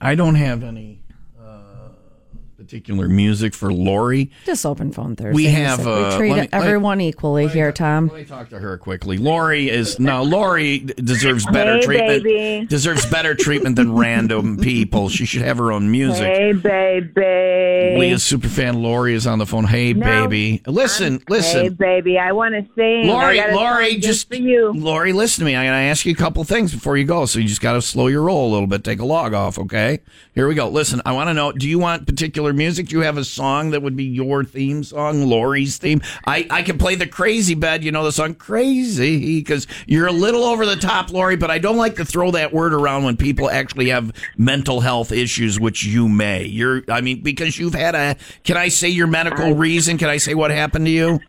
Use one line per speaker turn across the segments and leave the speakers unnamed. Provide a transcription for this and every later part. I don't have any uh, particular music for Lori.
Just open phone Thursday.
We have,
We
uh,
treat
let me- let-
everyone equally here, Tom.
Let me talk to her quickly. Lori is no. Lori deserves better
Hey,
treatment.
baby.
Deserves better treatment than random people. She should have her own music.
Hey, baby.
Leah's superfan Lori is on the phone. Hey, baby. Listen, listen.
Hey, baby. I want to sing.
Lori,
I got a
Lori,
song
just
for you.
Lori, listen to me. I gotta ask you a couple things before you go. So you just gotta slow your roll a little bit. Take a log off, okay? Here we go. Listen, I want to know: Do you want particular music? Do you have a song that would be your theme song, Lori's theme? I I can play the Crazy Bed. You know the song Crazy because you're a little over the top, Lori. But I don't like to throw that word around when people actually have mental health issues, which you may. You're, I mean, because you've had a. Can I say your medical reason? Can I say what happened to you?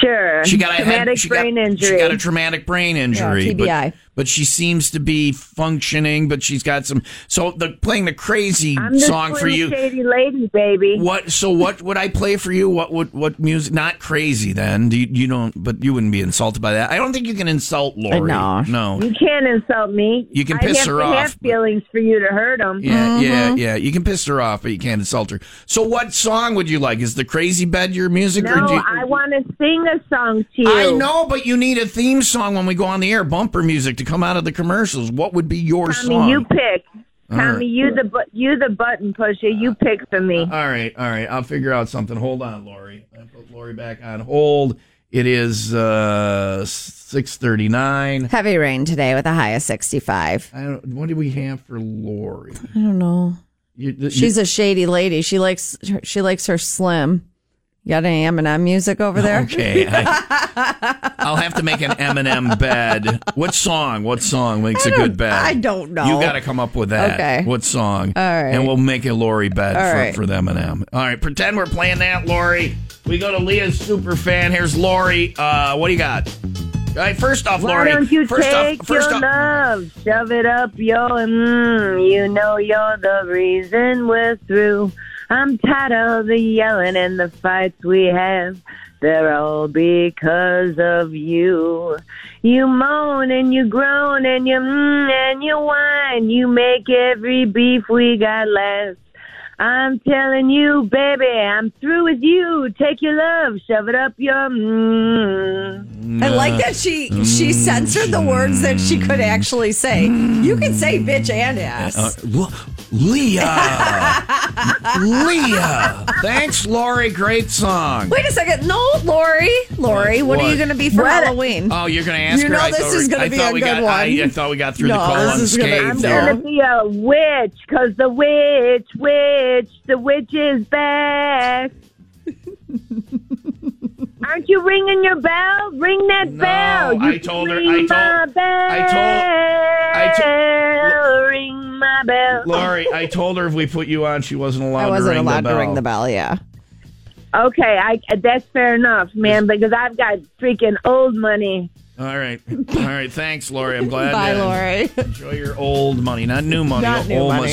Sure.
She got a head-
traumatic
she got-
brain injury.
She got a traumatic brain injury.
Yeah, TBI.
But, but she seems to be functioning. But she's got some. So the playing the crazy
I'm the
song for
Slim
you.
Shady lady, baby.
What? So what would I play for you? What would what music? Not crazy then. Do you, you don't? But you wouldn't be insulted by that. I don't think you can insult
Uh,
Lori.
no.
No.
You can't insult me.
You can
I
piss
have
her
to
off,
Have
but-
feelings for you to hurt them.
Yeah, yeah, yeah. You can piss her off, but you can't insult her. So, what song would you like? Is the Crazy Bed your music?
No,
or do you,
I want to sing a song to you.
I know, but you need a theme song when we go on the air, bumper music to come out of the commercials. What would be your
Tommy,
song?
you pick.
All
Tommy,
right.
you the bu- you the button pusher. You pick for me.
All right, all right. I'll figure out something. Hold on, Lori. I put Lori back on hold. It is uh six thirty nine.
Heavy rain today with a high of 65.
I don't. What do we have for Lori?
I don't know.
You, th- you-
She's a shady lady. She likes her, she likes her slim. You got any M&M music over there?
okay. I, will have to make an Eminem bed. What song? What song makes a good bed?
I don't know.
You got to come up with that.
Okay.
What song?
All right.
And we'll make a Lori bed
All
for,
right.
for the Eminem. All right. Pretend we're playing that, Lori. We go to Leah's super fan. Here's Lori. Uh, what do you got? All right. First off,
Why
Lori.
don't you
first
take
off, first
your
off,
love, shove it up yo, and mm, you know you're the reason we're through. I'm tired of the yelling and the fights we have. They're all because of you. You moan and you groan and you mm, and you whine. You make every beef we got last. I'm telling you, baby, I'm through with you. Take your love, shove it up your mm.
I like that she
Mm.
she censored the words that she could actually say. You can say bitch and ass.
Uh, L- Leah. Leah. Thanks, Lori. Great song.
Wait a second. No, Lori. Lori, what, are
What?
you going to be for
What?
Halloween?
Oh, you're going to ask
You
her?
know
I
this
thought we-
is gonna
I
be
thought
a
we
good
got- I,
one.
I thought we got through the
No,
call
this is gonna-
unscathed
I'm
there.
gonna be a witch, cause the witch, witch, the witch is back. Aren't you ringing your bell? Ring that
No,
bell. You
I
can
told her-
Ring
I told-
my bell.
I told- I
told. Ring my bell.
Lori, I told her if we put you on, she wasn't allowed
I
to
wasn't
ring
allowed
the bell.
to ring the bell, yeah.
Okay, I that's fair enough, man. Because I've got freaking old money.
All right, all right. Thanks, Lori. I'm glad.
Bye,
to
Lori.
Enjoy your old money, not new money.
Not new
old
money.